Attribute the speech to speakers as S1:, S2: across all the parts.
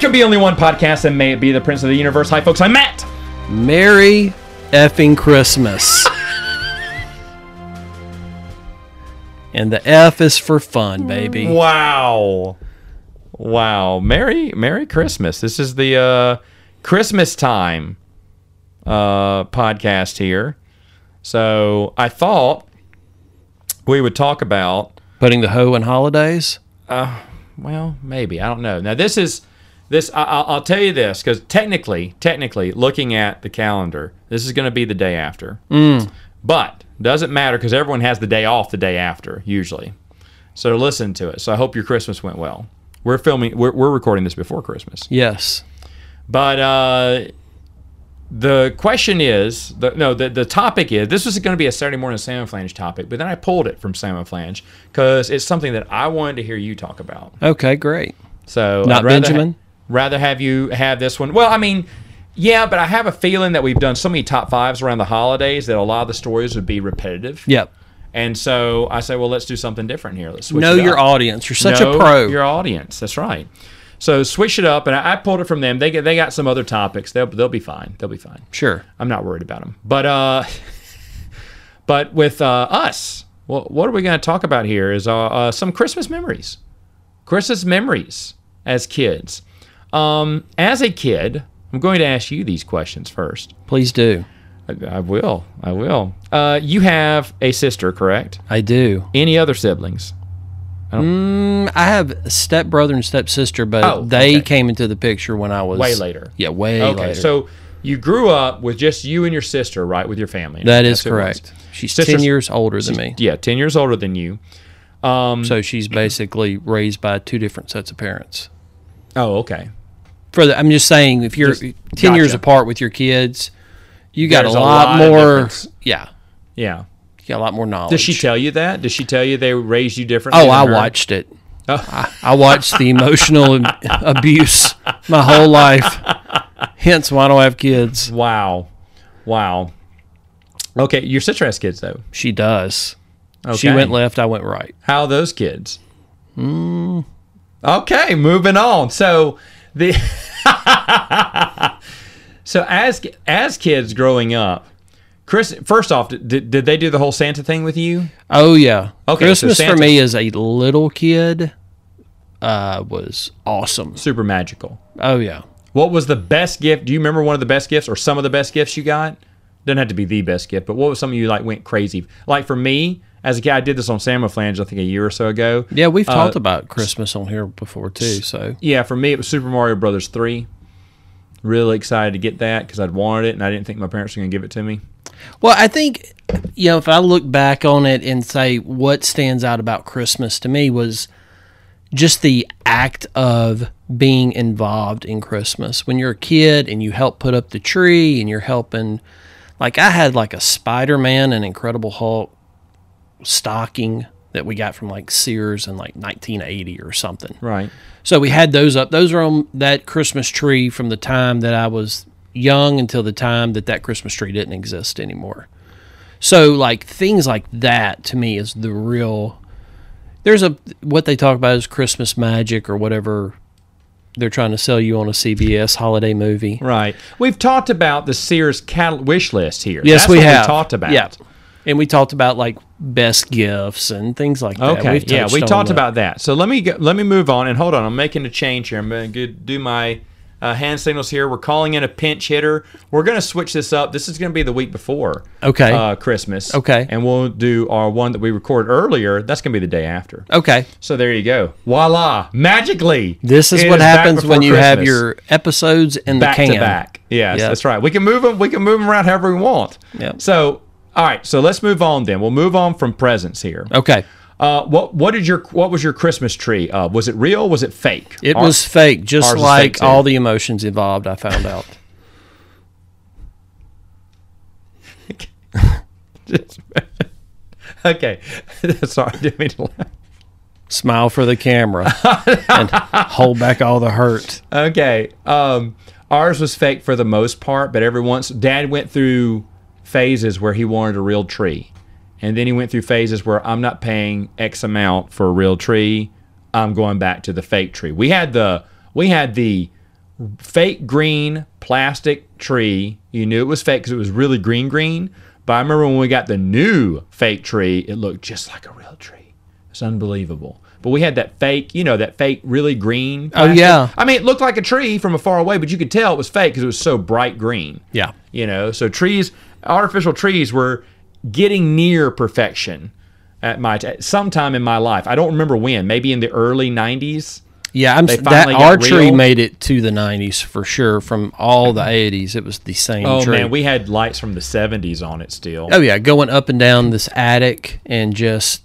S1: can be only one podcast, and may it be the Prince of the Universe. Hi, folks. I'm Matt.
S2: Merry effing Christmas. and the F is for fun, baby.
S1: Mm. Wow. Wow. Merry Merry Christmas. This is the uh Christmas time uh podcast here. So I thought we would talk about
S2: Putting the hoe in holidays.
S1: well, maybe I don't know. Now this is this I, I'll, I'll tell you this because technically, technically, looking at the calendar, this is going to be the day after. But doesn't matter because everyone has the day off the day after usually. So listen to it. So I hope your Christmas went well. We're filming. We're, we're recording this before Christmas.
S2: Yes.
S1: But uh, the question is, the, no, the, the topic is, this was going to be a Saturday morning Sam and Flange topic, but then I pulled it from Sam and Flange because it's something that I wanted to hear you talk about.
S2: Okay, great.
S1: So
S2: Not
S1: I'd rather
S2: Benjamin?
S1: rather have you have this one. Well, I mean, yeah, but I have a feeling that we've done so many top fives around the holidays that a lot of the stories would be repetitive.
S2: Yep.
S1: And so I say, well, let's do something different here. Let's switch
S2: know
S1: it
S2: your
S1: up
S2: audience. You're such a
S1: know
S2: pro.
S1: Your audience. That's right. So switch it up, and I, I pulled it from them. They get, they got some other topics. They'll they'll be fine. They'll be fine.
S2: sure.
S1: I'm not worried about them. But uh, but with uh, us, well, what are we going to talk about here? Is uh, uh, some Christmas memories, Christmas memories as kids. Um, as a kid, I'm going to ask you these questions first.
S2: Please do.
S1: I, I will. I will. Uh, you have a sister, correct?
S2: I do.
S1: Any other siblings?
S2: Mm, I have a stepbrother and stepsister, but
S1: Oh,
S2: they
S1: okay.
S2: came into the picture when I was
S1: Way later.
S2: Yeah, way
S1: Okay,
S2: later.
S1: so you grew up with just you and your sister, right, with your family.
S2: that
S1: That's
S2: is
S1: who it was.
S2: correct. She's ten
S1: Sister's-
S2: years older than me,
S1: Yeah, ten years older than you.
S2: so she's basically raised by two different sets of parents.
S1: Oh, okay.
S2: For the, I'm just saying, if you're
S1: Just-
S2: ten years
S1: gotcha.
S2: apart with your kids, you got
S1: There's a
S2: a lot,
S1: lot of
S2: more.
S1: difference.
S2: Yeah,
S1: Yeah.
S2: you got a lot more knowledge.
S1: Does she tell you that? Does she tell you they raised you differently?
S2: Oh,
S1: than
S2: I
S1: her?
S2: watched it.
S1: Oh.
S2: I, I watched the emotional ab- abuse my whole life. Hence, why I don't have kids.
S1: Wow, wow. Okay, your sister has kids though.
S2: She does. She
S1: Okay.
S2: went left. I went right.
S1: How are those kids? Okay, moving on. So the so as as kids growing up, Chris. First off, did, did they do the whole Santa thing with you?
S2: Oh yeah.
S1: Okay, so
S2: Christmas
S1: Santa-
S2: for me as a little kid uh, was awesome.
S1: Super magical.
S2: Oh yeah.
S1: What was the best gift? Do you remember one of the best gifts or some of the best gifts you got? Doesn't have to be the best gift, but what was something you like went crazy? Like for me, as a kid, I did this on Samoflange, I think a year or so ago.
S2: Yeah, we've talked about Christmas on here before too. So
S1: Yeah, for me, it was Super Mario Brothers 3. Really excited to get that because I'd wanted it and I didn't think my parents were going to give it to me.
S2: well, I think you know if I look back on it and say what stands out about Christmas to me was just the act of being involved in Christmas. When you're a kid and you help put up the tree and you're helping, like I had like a Spider Man and Incredible Hulk stocking that we got from like Sears in like 1980 or something.
S1: Right.
S2: So we had those up. Those are on that Christmas tree from the time that I was young until the time that that Christmas tree didn't exist anymore. So like things like that to me is the real. There's a what they talk about is Christmas magic or whatever they're trying to sell you on a CBS holiday movie.
S1: Right. We've talked about the Sears cat- wish list here.
S2: Yes,
S1: That's
S2: we
S1: what
S2: have
S1: talked about.
S2: Yeah, and we talked about like best gifts and things like that.
S1: Okay.
S2: We've
S1: yeah, we
S2: touched on
S1: talked
S2: that.
S1: about that. So let me go, let me move on and hold on. I'm making a change here. I'm going to do my uh, hand signals here. We're calling in a pinch hitter. We're going to switch this up. This is going to be the week before.
S2: Okay.
S1: Uh, Christmas.
S2: Okay.
S1: And we'll do our one that we record earlier. That's going to be the day after.
S2: Okay,
S1: So there you go. Voila! Magically,
S2: this is
S1: it
S2: what
S1: back
S2: happens
S1: before
S2: when you have
S1: Christmas.
S2: your episodes in the
S1: back
S2: can.
S1: to back. Yes,
S2: Yeah.
S1: that's right. We can move them. We can move them around however we want.
S2: Yep.
S1: So all right. So let's move on then. We'll move on from presents here.
S2: Okay.
S1: Uh, what what did your what was your Christmas tree? Uh, was it real? Was it fake?
S2: It
S1: Ar-
S2: was fake, just
S1: ours was
S2: like
S1: fake, too.
S2: all the emotions involved, I found out.
S1: okay. Sorry, I didn't mean to laugh.
S2: Smile for the camera and hold back all the hurt.
S1: Okay. Um, ours was fake for the most part, but every once Dad went through phases where he wanted a real tree, and then he went through phases where I'm not paying X amount for a real tree. I'm going back to the fake tree. We had the we had the fake green plastic tree. You knew it was fake because it was really green, green. But I remember when we got the new fake tree, it looked just like a real tree. It's unbelievable. But we had that fake, you know, that fake, really green.
S2: Oh, yeah.
S1: I mean, it looked like a tree from afar away, but you could tell it was fake because it was so bright green.
S2: Yeah.
S1: You know, so trees, artificial trees were getting near perfection at my, at sometime in my life. I don't remember when, maybe in the early 90s.
S2: Yeah, I'm s- that
S1: finally got
S2: archery
S1: real.
S2: made it to the 90s for sure. From all the 80s, it was the same
S1: Oh,
S2: tree.
S1: man, we had lights from the 70s on it still.
S2: oh yeah, going up and down this attic and just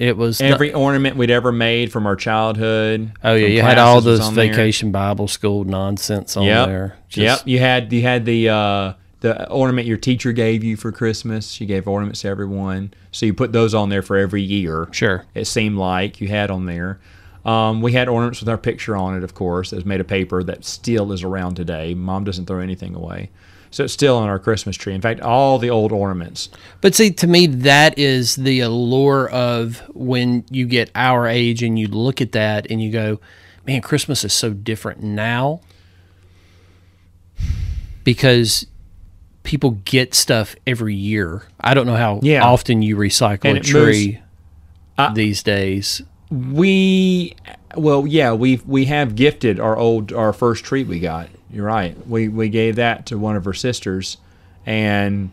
S2: it was no-
S1: Every ornament we'd ever made from our childhood.
S2: oh yeah,
S1: from
S2: you had all
S1: classes was
S2: those
S1: on there.
S2: vacation Bible school nonsense on
S1: Yep.
S2: there.
S1: yep. You had you had the uh, the ornament your teacher gave you for Christmas. She gave ornaments to everyone, so you put those on there for every year.
S2: Sure.
S1: It seemed like you had on there. Um, we had ornaments with our picture on it, of course, that was made of paper that still is around today. Mom doesn't throw anything away. So it's still on our Christmas tree. In fact, all the old ornaments.
S2: But see, to me, that is the allure of when you get our age and you look at that and you go, man, Christmas is so different now because people get stuff every year. I don't know how
S1: Yeah.
S2: often you recycle
S1: And
S2: a
S1: it moves-
S2: tree these days.
S1: We, well, yeah, we we have gifted our old our first tree we got. You're right. We we gave that to one of her sisters, and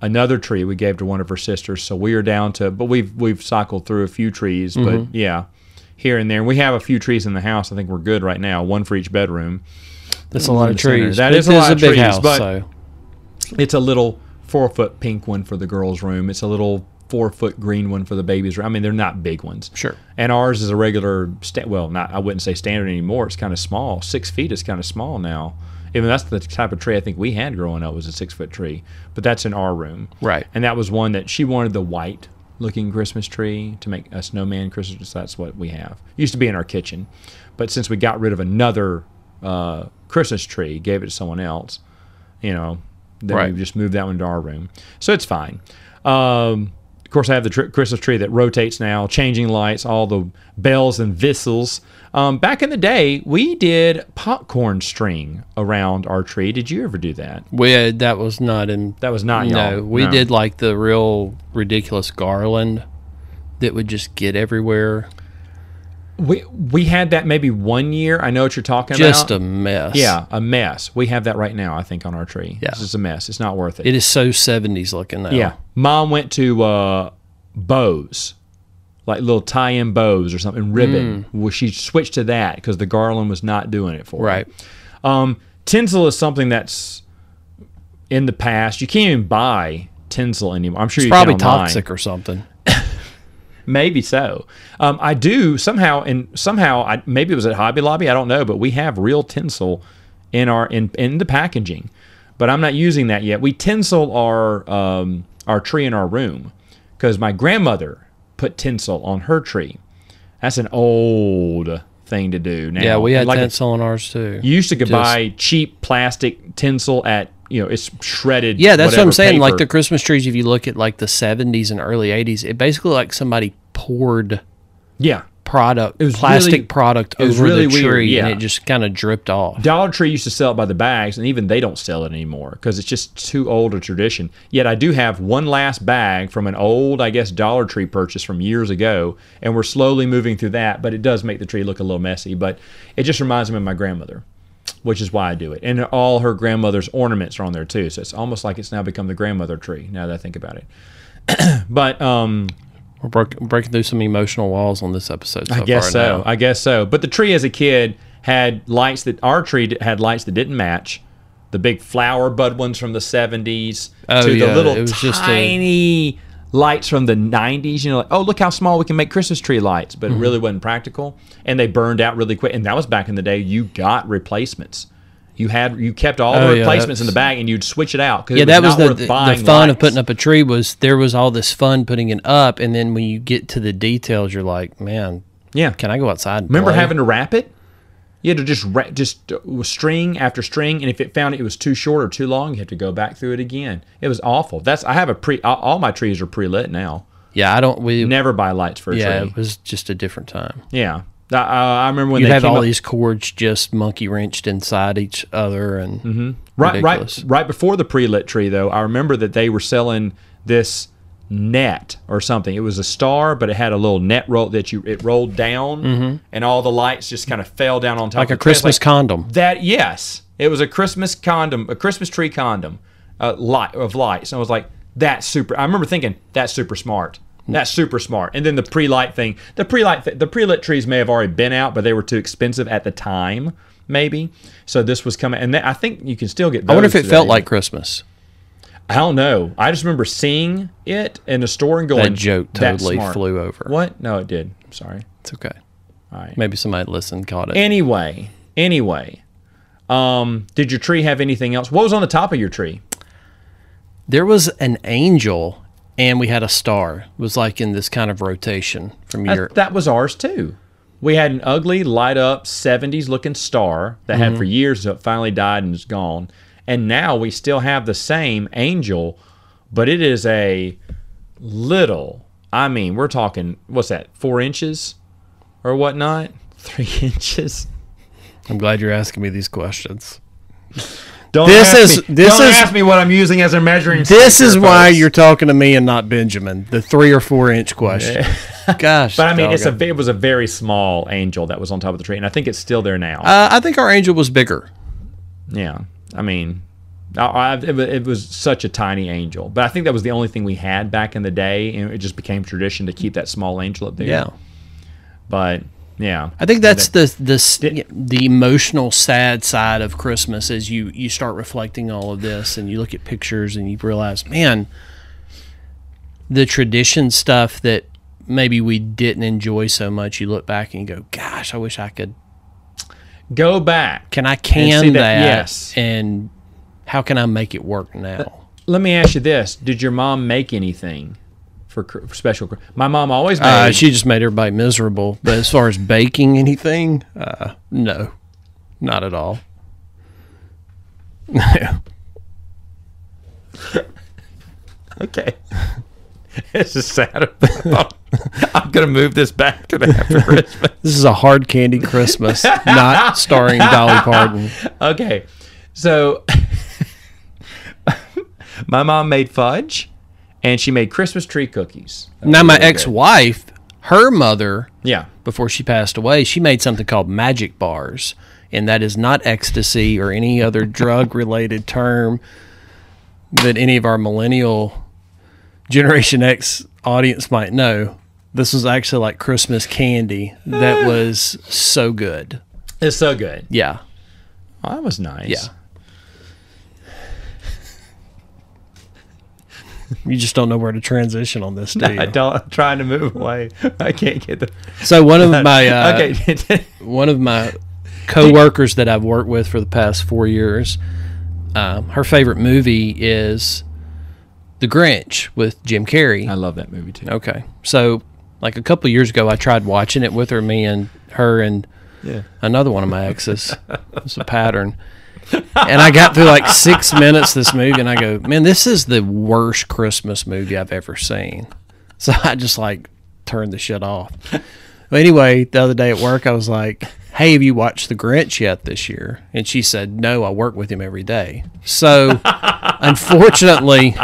S1: another tree we gave to one of her sisters. So we are down to, but we've we've cycled through a few trees, but yeah, here and there. We have a few trees in the house. I think we're good right now. One for each bedroom.
S2: That's a lot of
S1: the center.
S2: trees.
S1: That
S2: But
S1: is
S2: it
S1: a lot of
S2: big
S1: trees,
S2: house,
S1: but-
S2: so
S1: It's a little four foot pink one for the girls' room. It's a little four foot green one for the babies' room. I mean, they're not big ones.
S2: Sure.
S1: And ours is a regular, sta- well, not I wouldn't say standard anymore. It's kind of small. Six feet is kind of small now. Even that's the type of tree I think we had growing up was a six foot tree, but that's in our room.
S2: Right.
S1: And that was one that she wanted the white looking Christmas tree to make a snowman Christmas. so That's what we have. Used to be in our kitchen, but since we got rid of another uh, Christmas tree, gave it to someone else you know, then
S2: Right.
S1: we just move that one to our room. So it's fine. Um, of course, I have the tr- Christmas tree that rotates now, changing lights, all the bells and whistles. Um, back in the day, we did popcorn string around our tree. Did you ever do that?
S2: we, that was not in
S1: That was not y'all.
S2: No, we did like the real ridiculous garland that would just get everywhere.
S1: We we had that maybe one year. I know what you're talking
S2: Just
S1: about.
S2: a mess.
S1: yeah, a mess. We have that right now. I think on our tree.
S2: Yeah.
S1: This is a mess. It's not worth it.
S2: It is so 70s looking now.
S1: Yeah. Mom went to uh, bows, like little tie in bows or something, ribbon.
S2: Mm.
S1: Well, she switched to that because the garland was not doing it for her.
S2: Right.
S1: Um, tinsel is something that's in the past. You can't even buy tinsel anymore. I'm sure you
S2: Probably
S1: can online.
S2: toxic or something.
S1: Maybe so. Um, I do somehow, and somehow, I, maybe it was at Hobby Lobby. I don't know, but we have real tinsel in our in in the packaging, but I'm not using that yet. We tinsel our um, our tree in our room because my grandmother put tinsel on her tree. That's an old thing to do now.
S2: Yeah, we had
S1: like a-
S2: tinsel on ours too.
S1: you used to could
S2: Just-
S1: buy cheap plastic tinsel at you know it's shredded.
S2: yeah, that's what
S1: whatever
S2: I'm saying. Like
S1: paper.
S2: the Christmas trees, if you look at like the 70s and early 80s, it basically like somebody poured
S1: yeah
S2: product,
S1: was
S2: plastic
S1: really-
S2: product
S1: it was
S2: over
S1: really
S2: the
S1: weird,
S2: tree,
S1: yeah.
S2: and it just kind of dripped off.
S1: Dollar Tree used to sell it by the bags, and even they don't sell it anymore because it's just too old a tradition. Yet I do have one last bag from an old, I guess, Dollar Tree purchase from years ago, and we're slowly moving through that. But it does make the tree look a little messy, but it just reminds me of my grandmother, which is why I do it. And all her grandmother's ornaments are on there too, so it's almost like it's now become the grandmother tree. Now that I think about it, but um,
S2: We're break, breaking through some emotional walls on this episode. So
S1: I guess
S2: far
S1: so.
S2: now.
S1: I guess so. But the tree as a kid had lights that our tree d- had lights that didn't match. The big flower bud ones from the 70s
S2: Oh,
S1: to
S2: yeah.
S1: the little
S2: It was just a-
S1: tiny lights from the 90s. You know, like, oh, look how small we can make Christmas tree lights. But
S2: Mm-hmm.
S1: it really wasn't practical. And they burned out really quick. And that was back in the day. You got replacements. You had you kept all
S2: Oh,
S1: the
S2: yeah,
S1: replacements in the
S2: that's-
S1: bag and you'd switch it out. 'cause
S2: yeah,
S1: it
S2: that was
S1: not
S2: the,
S1: worth
S2: the,
S1: buying
S2: the fun of
S1: lights.
S2: putting up a tree was there was all this fun putting it up, and then when you get to the details, you're like, man,
S1: Yeah.
S2: can I go outside? And
S1: Remember
S2: play?"
S1: having to wrap it? You had to just ra- just uh, string after string, and if it found it was too short or too long, you had to go back through it again. It was awful. That's I have a pre. All all my trees are pre lit now.
S2: Yeah, I don't. We
S1: Never buy lights for a
S2: yeah,
S1: tree.
S2: it was just a different time.
S1: Yeah, I, I I remember when
S2: You
S1: they
S2: have
S1: came
S2: all
S1: up-
S2: these cords just monkey wrenched inside each other, and
S1: Mm-hmm. right,
S2: ridiculous.
S1: right, right before the pre-lit tree though. I remember that they were selling this net or something. It was a star, but it had a little net roll that you it rolled down, and all the lights just kind of fell down on top.
S2: Mm-hmm. like
S1: of
S2: a
S1: the tree. It's
S2: Christmas condom.
S1: That yes, it was a Christmas condom, a Christmas tree condom, uh, light of lights. And I was like, that's super. I remember thinking that's super smart. That's super smart. And then the pre-light thing, the pre-light, th- the pre-lit trees may have already been out, but they were too expensive at the time, maybe. So this was coming, and that, I think you can still get.
S2: I wonder if
S1: those
S2: it felt
S1: today.
S2: like Christmas.
S1: I don't know. I just remember seeing it in the store and going.
S2: That joke
S1: "That's
S2: totally
S1: smart."
S2: flew over.
S1: What? No, it did. Sorry.
S2: It's okay.
S1: All right.
S2: Maybe somebody listened, caught it.
S1: Anyway, anyway, um, did your tree have anything else? What was on the top of your tree?
S2: there was an angel, and we had a star. It was like in this kind of rotation from
S1: That,
S2: your.
S1: that was ours too. We had an ugly, light up, 70s looking star that
S2: Mm-hmm.
S1: had for years that finally died and is gone. And now we still have the same angel, but it is a little. I mean, we're talking, what's that, four inches or whatnot? Three inches?
S2: I'm glad you're asking me these questions.
S1: Don't
S2: This
S1: ask
S2: is-
S1: me,
S2: this
S1: don't
S2: is-
S1: ask me what I'm using as a measuring
S2: This
S1: stick
S2: is
S1: here,
S2: why
S1: folks.
S2: you're talking to me and not Benjamin. The three or four inch question. Gosh,
S1: But I mean, it's a
S2: doggone.
S1: ve- it was a very small angel that was on top of the tree, and I think it's still there now.
S2: Uh, I think our angel was bigger.
S1: yeah, I mean, I, I, it, wa- it was such a tiny angel, but I think that was the only thing we had back in the day, and it just became tradition to keep that small angel up there.
S2: Yeah.
S1: but yeah,
S2: I think that's the the s- the emotional sad side of Christmas as you you start reflecting all of this and you look at pictures and you realize, man, the tradition stuff that maybe we didn't enjoy so much. You look back and you go, gosh, I wish I could.
S1: go back.
S2: Can I can
S1: that-
S2: that,
S1: yes.
S2: And how can I make it work now?
S1: Let me ask you this: Did your mom make anything for, cr- for special? cr- My mom always made.
S2: Uh, she just made everybody miserable. But as far as baking anything, uh, no, not at all.
S1: okay. This is sad. I'm gonna move this back to the after Christmas.
S2: This is a hard candy Christmas, not starring Dolly Parton.
S1: Okay. So my mom made fudge and she made Christmas tree cookies.
S2: Now, my ex wife, her mother,
S1: Yeah.
S2: before she passed away, she made something called magic bars. And that is not ecstasy or any other drug related term that any of our millennial Generation X audience might know. This was actually like Christmas candy that was so good.
S1: It's so good.
S2: Yeah.
S1: Oh, that was nice.
S2: Yeah. You just don't know where to transition on this, do you?
S1: I don't I'm trying to move away. I can't get the
S2: So one of my uh,
S1: Okay.
S2: one of my coworkers that I've worked with for the past four years, um, her favorite movie is The Grinch with Jim
S1: I
S2: Carrey.
S1: love that movie too.
S2: Okay, so like a couple years ago, I tried watching it with her, me and her and
S1: Yeah.
S2: another one of my exes. It's a pattern. And I got through like six minutes this movie, and I go, man, this is the worst Christmas movie I've ever seen. So I just like turned the shit off. But anyway, the other day at work, I was like, hey, have you watched The Grinch yet this year? And she said, no, I work with him every day. So unfortunately,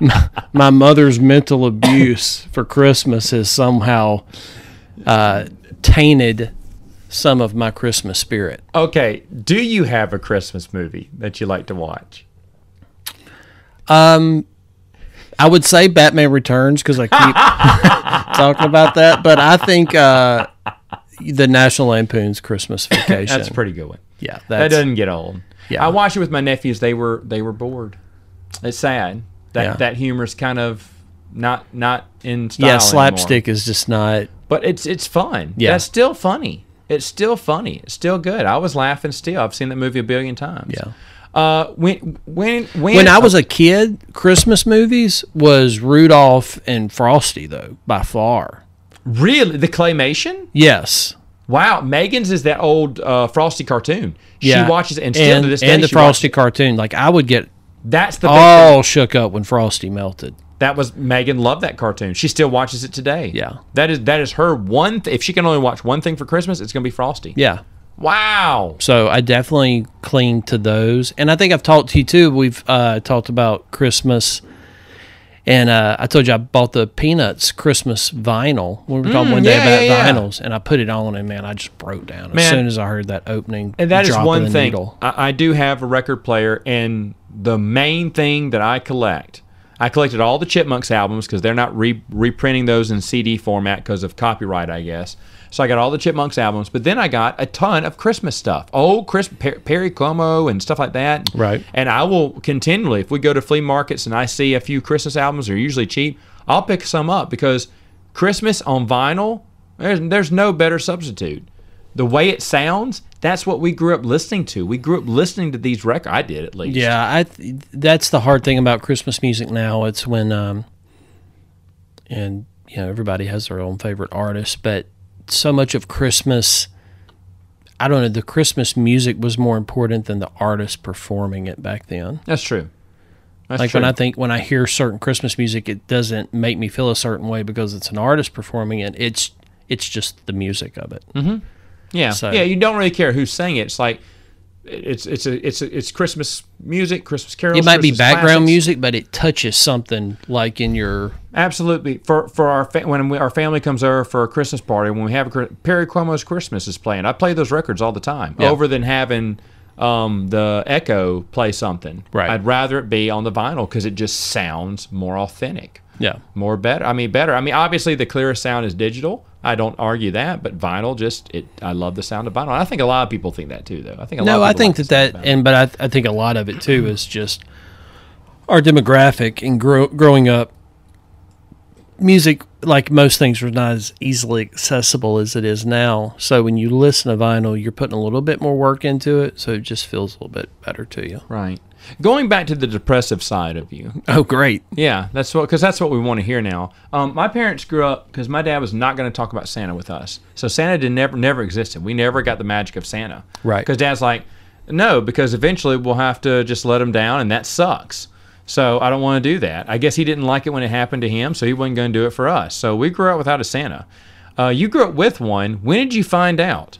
S2: my, my mother's mental abuse for Christmas has somehow uh, tainted some of my Christmas spirit.
S1: Okay. Do you have a Christmas movie that you like to watch?
S2: I would say Batman Returns because I keep talking about that, but I think uh, the National Lampoon's Christmas Vacation.
S1: That's a pretty good one.
S2: yeah.
S1: That
S2: That's,
S1: doesn't get old.
S2: Yeah.
S1: I watched it with my nephews. They were they were bored. It's sad. That
S2: Yeah.
S1: that humor's kind of not not in style.
S2: yeah,
S1: anymore.
S2: slapstick is just not.
S1: But it's it's fun.
S2: Yeah.
S1: That's still funny. It's still funny. It's still good. I was laughing still. I've seen that movie a billion times.
S2: Yeah.
S1: Uh, when when when
S2: When I was a kid, Christmas movies was Rudolph and Frosty though by far.
S1: really the claymation.
S2: Yes.
S1: Wow, Megan's is that old uh, Frosty cartoon.
S2: Yeah.
S1: She watches it and still
S2: and,
S1: to this day
S2: and the Oh.
S1: she watches
S2: Frosty cartoon. Like I would get
S1: it. That's the big thing.
S2: all shook up when Frosty melted.
S1: That was Megan loved that cartoon. She still watches it today.
S2: Yeah.
S1: That is that is her one th- if she can only watch one thing for Christmas, it's going to be Frosty.
S2: Yeah.
S1: Wow.
S2: So I definitely cling to those. And I think I've talked to you too. We've uh, talked about Christmas. And uh, I told you I bought the Peanuts Christmas vinyl. We were talking one
S1: Mm,
S2: day
S1: yeah,
S2: about
S1: yeah, yeah.
S2: vinyls, and I put it on, and man, I just broke down as
S1: Man.
S2: soon as I heard that opening.
S1: And that is
S2: drop of
S1: one
S2: the
S1: thing.
S2: needle.
S1: I, I do have a record player, and the main thing that I collect, I collected all the Chipmunks albums because they're not re- reprinting those in CD format because of copyright, I guess. So I got all the Chipmunks albums, but then I got a ton of Christmas stuff. Oh, Chris per- Perry Como and stuff like that.
S2: Right.
S1: And I will continually, if we go to flea markets and I see a few Christmas albums are usually cheap, I'll pick some up because Christmas on vinyl, there's, there's no better substitute. The way it sounds, that's what we grew up listening to. We grew up listening to these records. I did at least.
S2: Yeah, I th- that's the hard thing about Christmas music now. It's when um and you know everybody has their own favorite artist, but so much of Christmas I don't know, the Christmas music was more important than the artist performing it back then.
S1: That's true. That's
S2: Like
S1: true.
S2: when I think when I hear certain Christmas music, it doesn't make me feel a certain way because it's an artist performing it. It's it's just the music of it.
S1: yeah.
S2: so-
S1: Yeah, you don't really care who sang it. It's like it's it's a, it's a, it's Christmas music, Christmas carols.
S2: It might be
S1: Christmas
S2: background
S1: classics.
S2: music, but it touches something like in your
S1: Absolutely. For for our fa- when we, our family comes over for a Christmas party, when we have a, Chri- Perry Cuomo's Christmas is playing. I play those records all the time.
S2: Yeah.
S1: Over than having um, the Echo play something.
S2: Right.
S1: I'd rather it be on the vinyl because it just sounds more authentic.
S2: yeah.
S1: More better. I mean, better. I mean, obviously the clearest sound is digital. I don't argue that, but vinyl just it. I love the sound of vinyl. I think a lot of people think that too, though. I think a lot.
S2: No,
S1: of
S2: I
S1: people
S2: think
S1: like the
S2: that
S1: sound
S2: that,
S1: of vinyl.
S2: and but I, I think a lot of it too is just our demographic and grow, growing up. Music, like most things, was not as easily accessible as it is now. So when you listen to vinyl, you're putting a little bit more work into it, so it just feels a little bit better to you.
S1: right. Going back to the depressive side of you,
S2: Oh, great!
S1: Yeah, that's what because that's what we want to hear now. Um, my parents grew up because my dad was not going to talk about Santa with us, so Santa did never never existed. We never got the magic of Santa,
S2: Right.
S1: Because dad's like, no, because eventually we'll have to just let him down, and that sucks. So I don't want to do that. I guess he didn't like it when it happened to him, so he wasn't going to do it for us. So we grew up without a Santa. Uh, you grew up with one. When did you find out?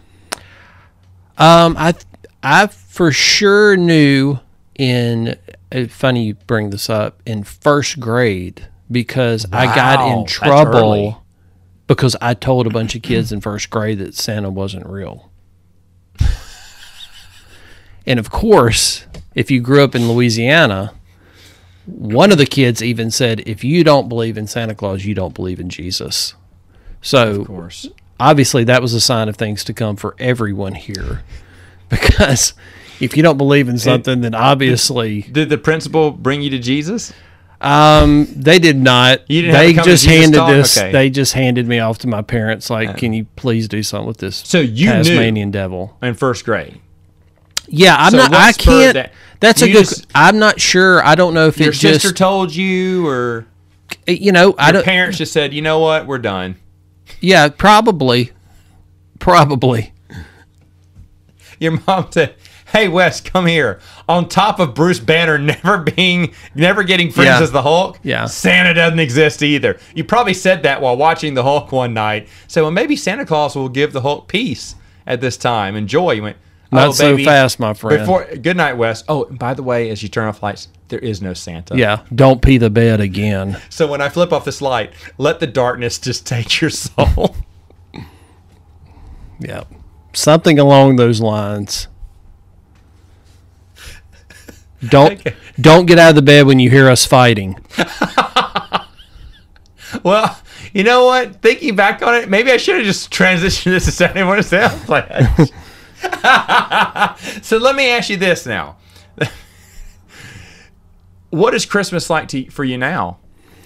S2: Um, I I for sure knew in uh, funny you bring this up in first grade because I got
S1: Wow,
S2: in
S1: that's early.
S2: trouble because I told a bunch of kids in first grade that Santa wasn't real. and of course, if you grew up in Louisiana, one of the kids even said, "If you don't believe in Santa Claus, you don't believe in Jesus." So,
S1: Of course.
S2: obviously that was a sign of things to come for everyone here because if you don't believe in something then obviously
S1: Did the principal bring you to Jesus?
S2: um they did not
S1: You didn't have
S2: they
S1: to come to
S2: just
S1: Jesus
S2: handed
S1: talk?
S2: this
S1: Okay.
S2: they just handed me off to my parents like can you please do something with this
S1: So you knew.
S2: Tasmanian devil
S1: In first grade,
S2: yeah i'm
S1: So
S2: not
S1: what
S2: i
S1: spurred
S2: can't
S1: that?
S2: that's a
S1: You
S2: good
S1: just-
S2: i'm not sure i don't know if
S1: your
S2: it just
S1: sister told you, or
S2: you know i don't
S1: parents just said, you know what, we're done.
S2: yeah probably probably
S1: Your mom said, "Hey Wes, come here." On top of Bruce Banner never being, never getting friends
S2: Yeah.
S1: as the Hulk,
S2: Yeah.
S1: Santa doesn't exist either. You probably said that while watching the Hulk one night. So well, maybe Santa Claus will give the Hulk peace at this time and joy. You went,
S2: Not
S1: "Oh,
S2: so
S1: baby."
S2: fast, my friend.
S1: Before good night, Wes. Oh, and by the way, as you turn off lights, there is no Santa.
S2: yeah don't pee the bed again
S1: So when I flip off this light, let the darkness just take your soul.
S2: Yeah. Something along those lines. Don't don't get out of the bed when you hear us fighting.
S1: Well, you know what? Thinking back on it, maybe I should have just transitioned this to Saturday morning sales plans. so let me ask you this now: What is Christmas like to for you now?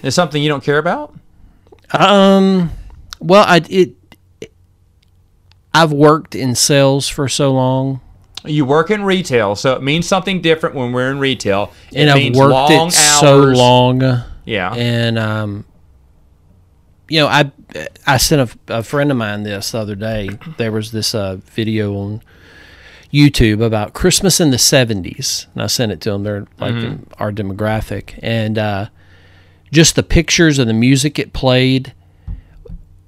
S1: Is something you don't care about?
S2: Um well I it I've worked in sales for so long
S1: You work in retail, so it means something different when we're in retail. It
S2: and I've
S1: means
S2: worked
S1: long
S2: it
S1: hours.
S2: so long.
S1: Yeah.
S2: and um, you know, I I sent a, a friend of mine this the other day. There was this uh, video on YouTube about Christmas in the
S1: Mm-hmm.
S2: '70s, and I sent it to them. They're like in our demographic, and uh, just the pictures and the music it played.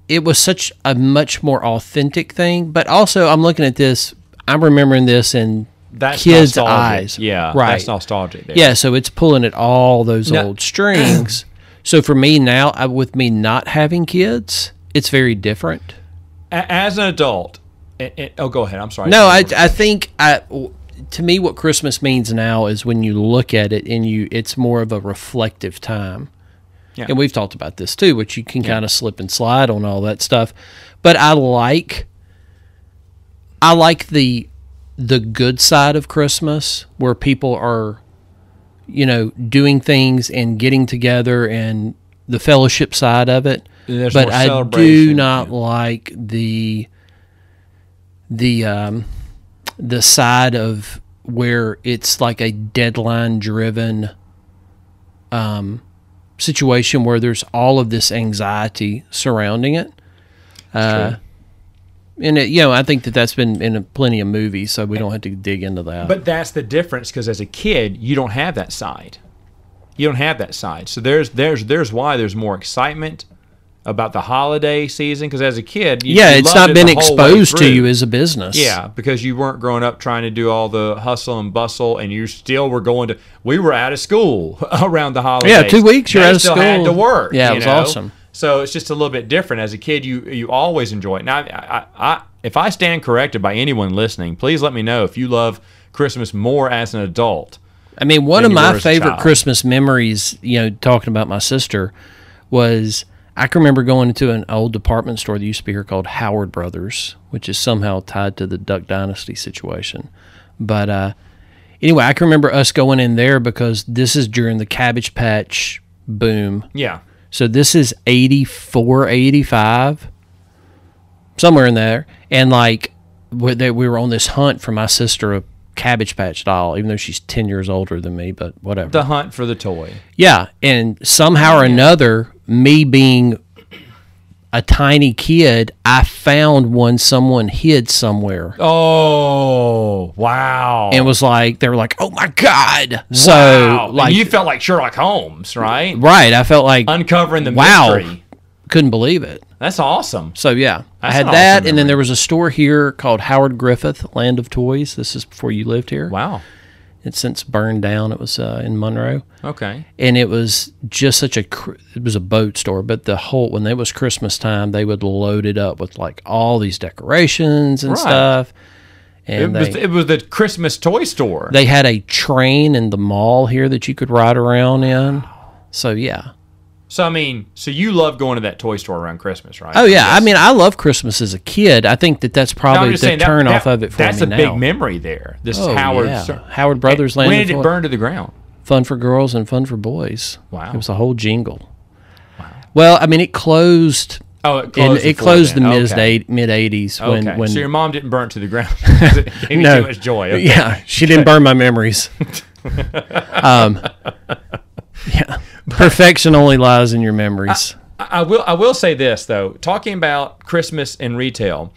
S2: It was such a much more authentic thing. But also, I'm looking at this. I'm remembering this in
S1: That's
S2: kids'
S1: nostalgic.
S2: eyes.
S1: Yeah,
S2: right.
S1: That's nostalgic. There.
S2: Yeah, so it's pulling at all those old strings. so for me now, I, with me not having kids, it's very different.
S1: A- as an adult. It, it, oh, go ahead. I'm sorry.
S2: No, I, I think I w- to me what Christmas means now is when you look at it and you it's more of a reflective time.
S1: Yeah.
S2: And we've talked about this too, which you can kind of slip and slide on all that stuff. But I like I like the the good side of Christmas where people are you know doing things and getting together and the fellowship side of it.
S1: There's
S2: but
S1: more
S2: I do
S1: celebration,
S2: not like the the um, the side of where it's like a deadline driven um, situation where there's all of this anxiety surrounding it. Uh, and it, you know, I think that that's been in a, plenty of movies, so we don't have to dig into that.
S1: But that's the difference because as a kid, you don't have that side. You don't have that side. So there's there's there's why there's more excitement about the holiday season because as a kid, you,
S2: yeah,
S1: you
S2: it's
S1: loved
S2: not
S1: it
S2: been
S1: the whole way
S2: exposed to
S1: through.
S2: you as a business.
S1: Yeah, because you weren't growing up trying to do all the hustle and bustle, and you still were going to. We were out of school around the holidays.
S2: two weeks you're
S1: They
S2: out of
S1: still Had
S2: school.
S1: to work.
S2: Yeah, it
S1: you
S2: was
S1: know?
S2: awesome.
S1: So it's just a little bit different. As a kid, you you always enjoy it. Now, I, I, I, if I stand corrected by anyone listening, please let me know if you love Christmas more as an adult.
S2: I mean, one
S1: than
S2: of
S1: you were
S2: my
S1: as a
S2: favorite
S1: child.
S2: Christmas memories, you know, talking about my sister, was I can remember going into an old department store that used to be here called Howard Brothers, which is somehow tied to the Duck Dynasty situation. But uh, anyway, I can remember us going in there because this is during the Cabbage Patch boom.
S1: Yeah,
S2: So this is 84, 85, somewhere in there. And like, we they- we were on this hunt for my sister a Cabbage Patch doll, even though she's 10 years older than me, but whatever.
S1: the hunt for the toy.
S2: yeah. And somehow or another, me being a tiny kid, I found one someone hid somewhere.
S1: Oh wow!
S2: And was like, they were like, oh my God. So,
S1: wow. And
S2: like,
S1: you felt like Sherlock Holmes, right?
S2: right. I felt like,
S1: Uncovering the
S2: Wow.
S1: mystery.
S2: couldn't believe it.
S1: That's awesome.
S2: So yeah, I
S1: That's
S2: had
S1: an
S2: that,
S1: awesome
S2: and then
S1: memory.
S2: there was a store here called Howard Griffith, Land of Toys. This is before you lived here.
S1: Wow.
S2: It's since burned down. It was uh, in Monroe,
S1: Okay.
S2: and it was just such a cr- it was a boat store. But the whole when it was Christmas time, they would load it up with like all these decorations and
S1: Right.
S2: stuff.
S1: It
S2: And
S1: was,
S2: they,
S1: it was the Christmas toy store.
S2: they had a train in the mall here that you could ride around in. So yeah.
S1: so I mean, so you love going to that toy store around Christmas, right?
S2: Oh yeah, I mean I love Christmas as a kid. I think that that's
S1: No, I'm
S2: probably
S1: just
S2: the
S1: saying that-
S2: turn
S1: that-
S2: off of it for
S1: That's
S2: me
S1: a
S2: now.
S1: big memory there. This
S2: Oh,
S1: is Howard.
S2: yeah.
S1: Sir-
S2: Howard Brothers Land
S1: When
S2: of
S1: did it
S2: Toy-
S1: burn to the ground?
S2: fun for girls and fun for boys.
S1: Wow.
S2: It was a whole jingle. Well, I mean, it closed.
S1: Oh, it
S2: in-
S1: closed.
S2: it
S1: before
S2: closed the
S1: then.
S2: mid
S1: okay.
S2: mid eighties when
S1: okay.
S2: when
S1: so your mom didn't burn to the ground. it gave you too much joy. Okay.
S2: Yeah, she didn't burn my memories. um, yeah, perfection only lies in your
S1: I
S2: memories.
S1: I will. I will say this though. Talking about Christmas and retail,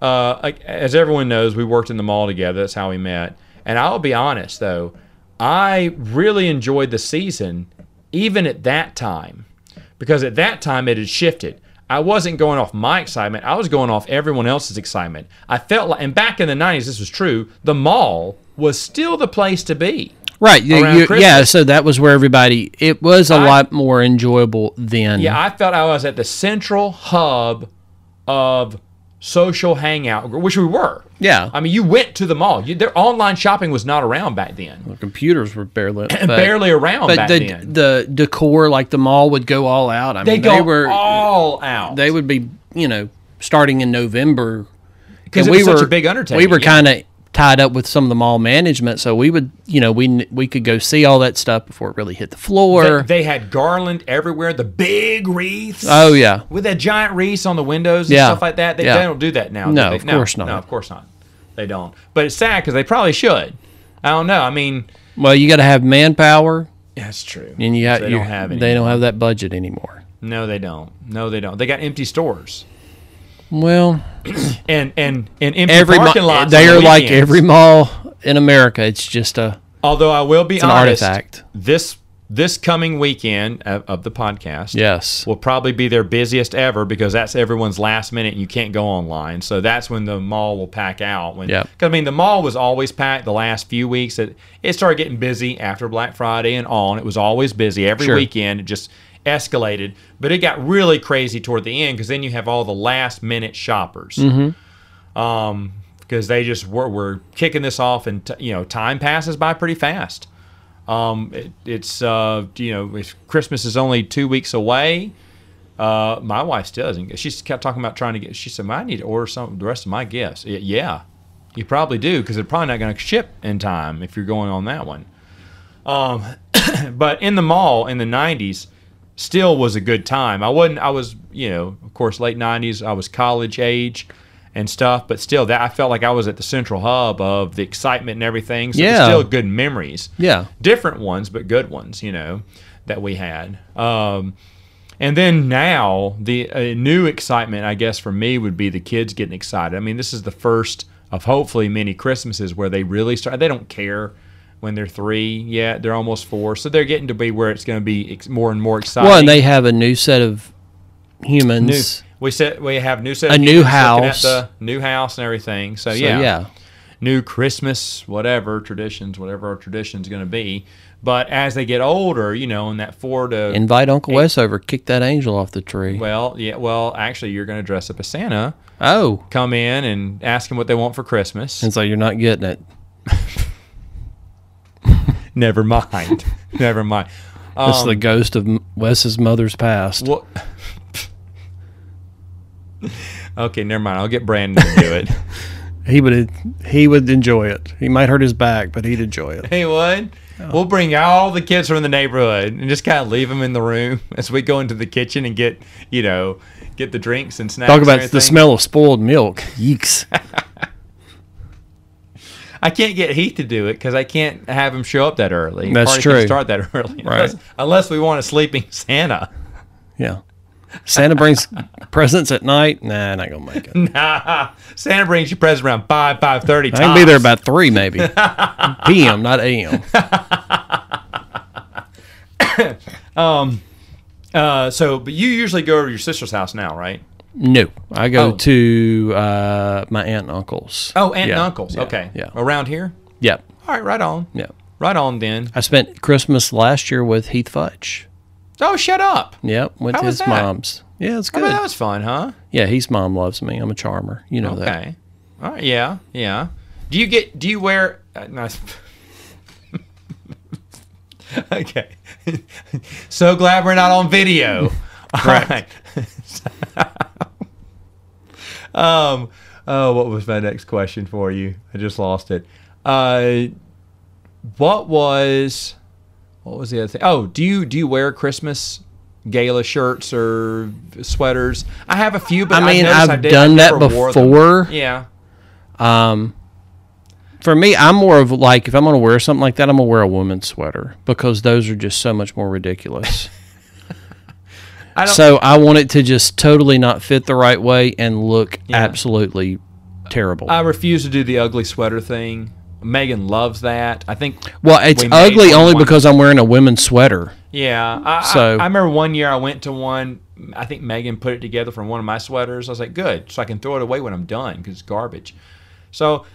S1: uh, like, as everyone knows, we worked in the mall together. That's how we met. And I'll be honest though, I really enjoyed the season, even at that time, because at that time it had shifted. I wasn't going off my excitement. I was going off everyone else's excitement. I felt like, and back in the '90s, this was true. The mall was still the place to be.
S2: right. you-
S1: around
S2: you- yeah.
S1: Christmas.
S2: So that was where everybody. It was a lot more enjoyable then.
S1: Yeah, I felt I was at the central hub of social hangout, which we were.
S2: Yeah.
S1: I mean, you went to the mall. You, their online shopping was not around back then.
S2: Computers were barely but-
S1: Barely around
S2: But
S1: back
S2: the
S1: then.
S2: the decor, like the mall, would go all out. I
S1: they
S2: mean,
S1: go
S2: they were
S1: all out.
S2: they would be you know starting in November
S1: because
S2: And
S1: it was such a big undertaking.
S2: We were
S1: yeah.
S2: kind of tied up with some of the mall management, so we would you know we kn- we could go see all that stuff before it really hit the floor.
S1: They, they had garland everywhere, the big wreaths.
S2: oh yeah,
S1: With that giant wreaths on the windows and
S2: Yeah.
S1: stuff like that. They,
S2: Yeah.
S1: they don't do that now. do
S2: No,
S1: they?
S2: of course not.
S1: No, of course not. They don't. But it's sad because they probably should. I don't know. I mean,
S2: well you got to have manpower,
S1: that's true.
S2: and you got
S1: they
S2: you-
S1: don't have any.
S2: they don't have that budget anymore.
S1: No, they don't. No, they don't. They got empty stores
S2: Well,
S1: and and and empty
S2: every
S1: parking
S2: ma-
S1: lots.
S2: they
S1: on
S2: are
S1: the
S2: like
S1: weekends.
S2: every mall in America. It's just a
S1: Although I will be
S2: an
S1: honest,
S2: artifact.
S1: this this coming weekend of, of the podcast
S2: Yes.
S1: will probably be their busiest ever because that's everyone's last minute and you can't go online. So that's when the mall will pack out. When,
S2: Yep.
S1: 'cause, I mean, the mall was always packed the last few weeks. It, it started getting busy after Black Friday and on. It was always busy every
S2: Sure.
S1: weekend. It just escalated, but it got really crazy toward the end because then you have all the last minute shoppers. Um, because they just were, were kicking this off, and t- you know, time passes by pretty fast. Um, it, it's uh, you know, if Christmas is only two weeks away. Uh, my wife still doesn't. She kept talking about trying to get. She said, "I need to order some the rest of my gifts." Y- yeah, you probably do because they're probably not going to ship in time if you're going on that one. Um, but in the mall in the '90s, still was a good time. I wasn't. I was, you know, of course, late '90s. I was college age and stuff, but still, that I felt like I was at the central hub of the excitement and everything. So yeah.
S2: Yeah.
S1: still good memories
S2: Yeah.
S1: different ones, but good ones, you know, that we had. Um, and then now, the uh, new excitement, I guess, for me would be the kids getting excited. I mean, this is the first of hopefully many Christmases where they really start, they don't care when they're three yet, they're almost four. So they're getting to be where it's going to be ex- more and more exciting.
S2: Well, and they have a new set of
S1: new,
S2: humans.
S1: we set, we have new set
S2: A
S1: of
S2: new
S1: kids looking at
S2: house.
S1: the new house and everything. So,
S2: So,
S1: yeah,
S2: yeah.
S1: new Christmas, whatever traditions, whatever our tradition's going to be. But as they get older, you know, in that four to
S2: Invite Uncle Wes over. Kick that angel off the tree.
S1: well, yeah, well, actually, you're going to dress up as Santa,
S2: Oh.
S1: come in and ask them what they want for Christmas.
S2: And so you're not getting it.
S1: Never mind, never mind. Um,
S2: It's the ghost of M- Wes's mother's past.
S1: What? okay, never mind. I'll get Brandon to do it.
S2: He would he would enjoy it. He might hurt his back, but he'd enjoy it.
S1: hey, what?
S2: Oh.
S1: We'll bring all the kids from the neighborhood and just kind of leave them in the room as we go into the kitchen and get, you know, get the drinks and snacks.
S2: Talk
S1: and
S2: about the
S1: everything.
S2: smell of spoiled milk. Yeeks.
S1: I can't get Heath to do it because I can't have him show up that early.
S2: That's
S1: Party
S2: true.
S1: Can't start that early,
S2: Right.
S1: Unless, unless we want a sleeping Santa.
S2: Yeah. Santa brings presents at night. Nah, not gonna make it.
S1: Nah, Santa brings you presents around five, five thirty.
S2: I can be there about three, maybe. PM, not AM.
S1: Uh, so, but you usually go over to your sister's house now, right?
S2: No, I go
S1: Oh.
S2: to uh, my aunt and uncles.
S1: Oh, aunt and
S2: Yeah,
S1: uncles.
S2: yeah,
S1: okay. Oh.
S2: Yeah.
S1: Around here.
S2: Yep.
S1: All right. Right on.
S2: Yep.
S1: Right on then.
S2: I spent Christmas last year with Heath Fudge.
S1: Oh, shut up.
S2: Yep. Went
S1: How
S2: to
S1: was
S2: his
S1: that?
S2: mom's. Yeah, it's
S1: I
S2: good.
S1: mean, that was fun, huh?
S2: yeah, his mom loves me. I'm a charmer. You know that.
S1: Okay. All right. Yeah. Yeah. Do you get? Do you wear? Uh, nice. okay. so glad we're not on video. All right. um. Oh, what was my next question for you? I just lost it. Uh, what was? What was the other thing? Oh, do you do you wear Christmas? Gala shirts or sweaters. I have a few, but
S2: I mean,
S1: noticed
S2: I've
S1: I did- I
S2: done that
S1: never wore them.
S2: before.
S1: Yeah.
S2: For me, I'm more of like if I'm gonna wear something like that, I'm gonna wear a woman's sweater because those are just so much more ridiculous.
S1: I don't,
S2: so I want it to just totally not fit the right way and look
S1: Yeah. Uh,
S2: absolutely terrible.
S1: I refuse to do the ugly sweater thing. Megan loves that. I think.
S2: well, it's
S1: we made
S2: ugly only
S1: one-
S2: because I'm wearing a women's sweater.
S1: Yeah. I,
S2: So-
S1: I, I remember one year I went to one. I think Megan put it together from one of my sweaters. I was like, good, so I can throw it away when I'm done because it's garbage. So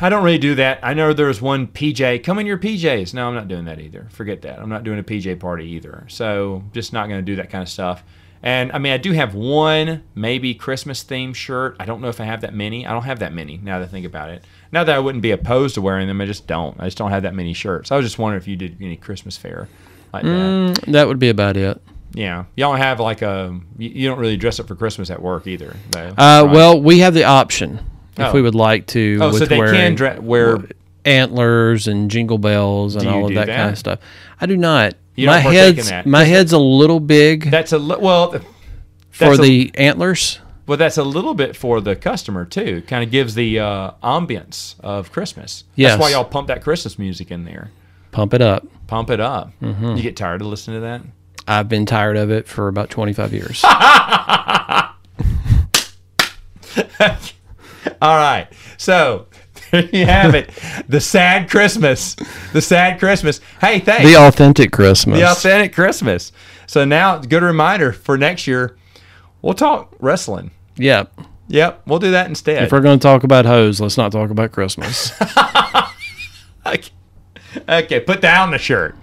S1: I don't really do that. I know there was one PJ. Come in your PJs. No, I'm not doing that either. Forget that. I'm not doing a PJ party either. So just not going to do that kind of stuff. And I mean, I do have one maybe Christmas themed shirt. I don't know if I have that many. I don't have that many now that I think about it. Not that I wouldn't be opposed to wearing them. I just don't. I just don't have that many shirts. I was just wondering if you did any Christmas fair like that.
S2: Mm, that would be about it.
S1: Yeah. Y'all don't have like a. You you don't really dress up for Christmas at work either. Though,
S2: Uh,
S1: right?
S2: Well, we have the option if
S1: Oh.
S2: we would like to.
S1: Oh, so
S2: with
S1: they can
S2: wearing
S1: dre- wear.
S2: antlers and jingle bells and
S1: Do you
S2: all of
S1: do
S2: that, kind
S1: that?
S2: of stuff. I do not.
S1: You
S2: my
S1: don't partake in
S2: head's
S1: that.
S2: my head's a little big
S1: That's a li- well.
S2: for
S1: that's a-
S2: the antlers.
S1: Well, that's a little bit for the customer too. Kind of gives the uh, ambience of Christmas.
S2: Yes.
S1: That's why y'all pump that Christmas music in there.
S2: Pump it up.
S1: Pump it up.
S2: Mm-hmm.
S1: You get tired of listening to that?
S2: I've been tired of it for about 25 years.
S1: All right. So there you have it. The sad Christmas. The sad Christmas. Hey, thanks.
S2: The authentic Christmas.
S1: the authentic Christmas. So now, good reminder for next year, we'll talk wrestling.
S2: Yep.
S1: Yep, we'll do that instead.
S2: If we're going to talk about hoes, let's not talk about Christmas.
S1: okay. okay, put down the shirt.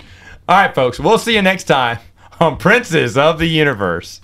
S1: All right, folks, we'll see you next time on Princes of the Universe.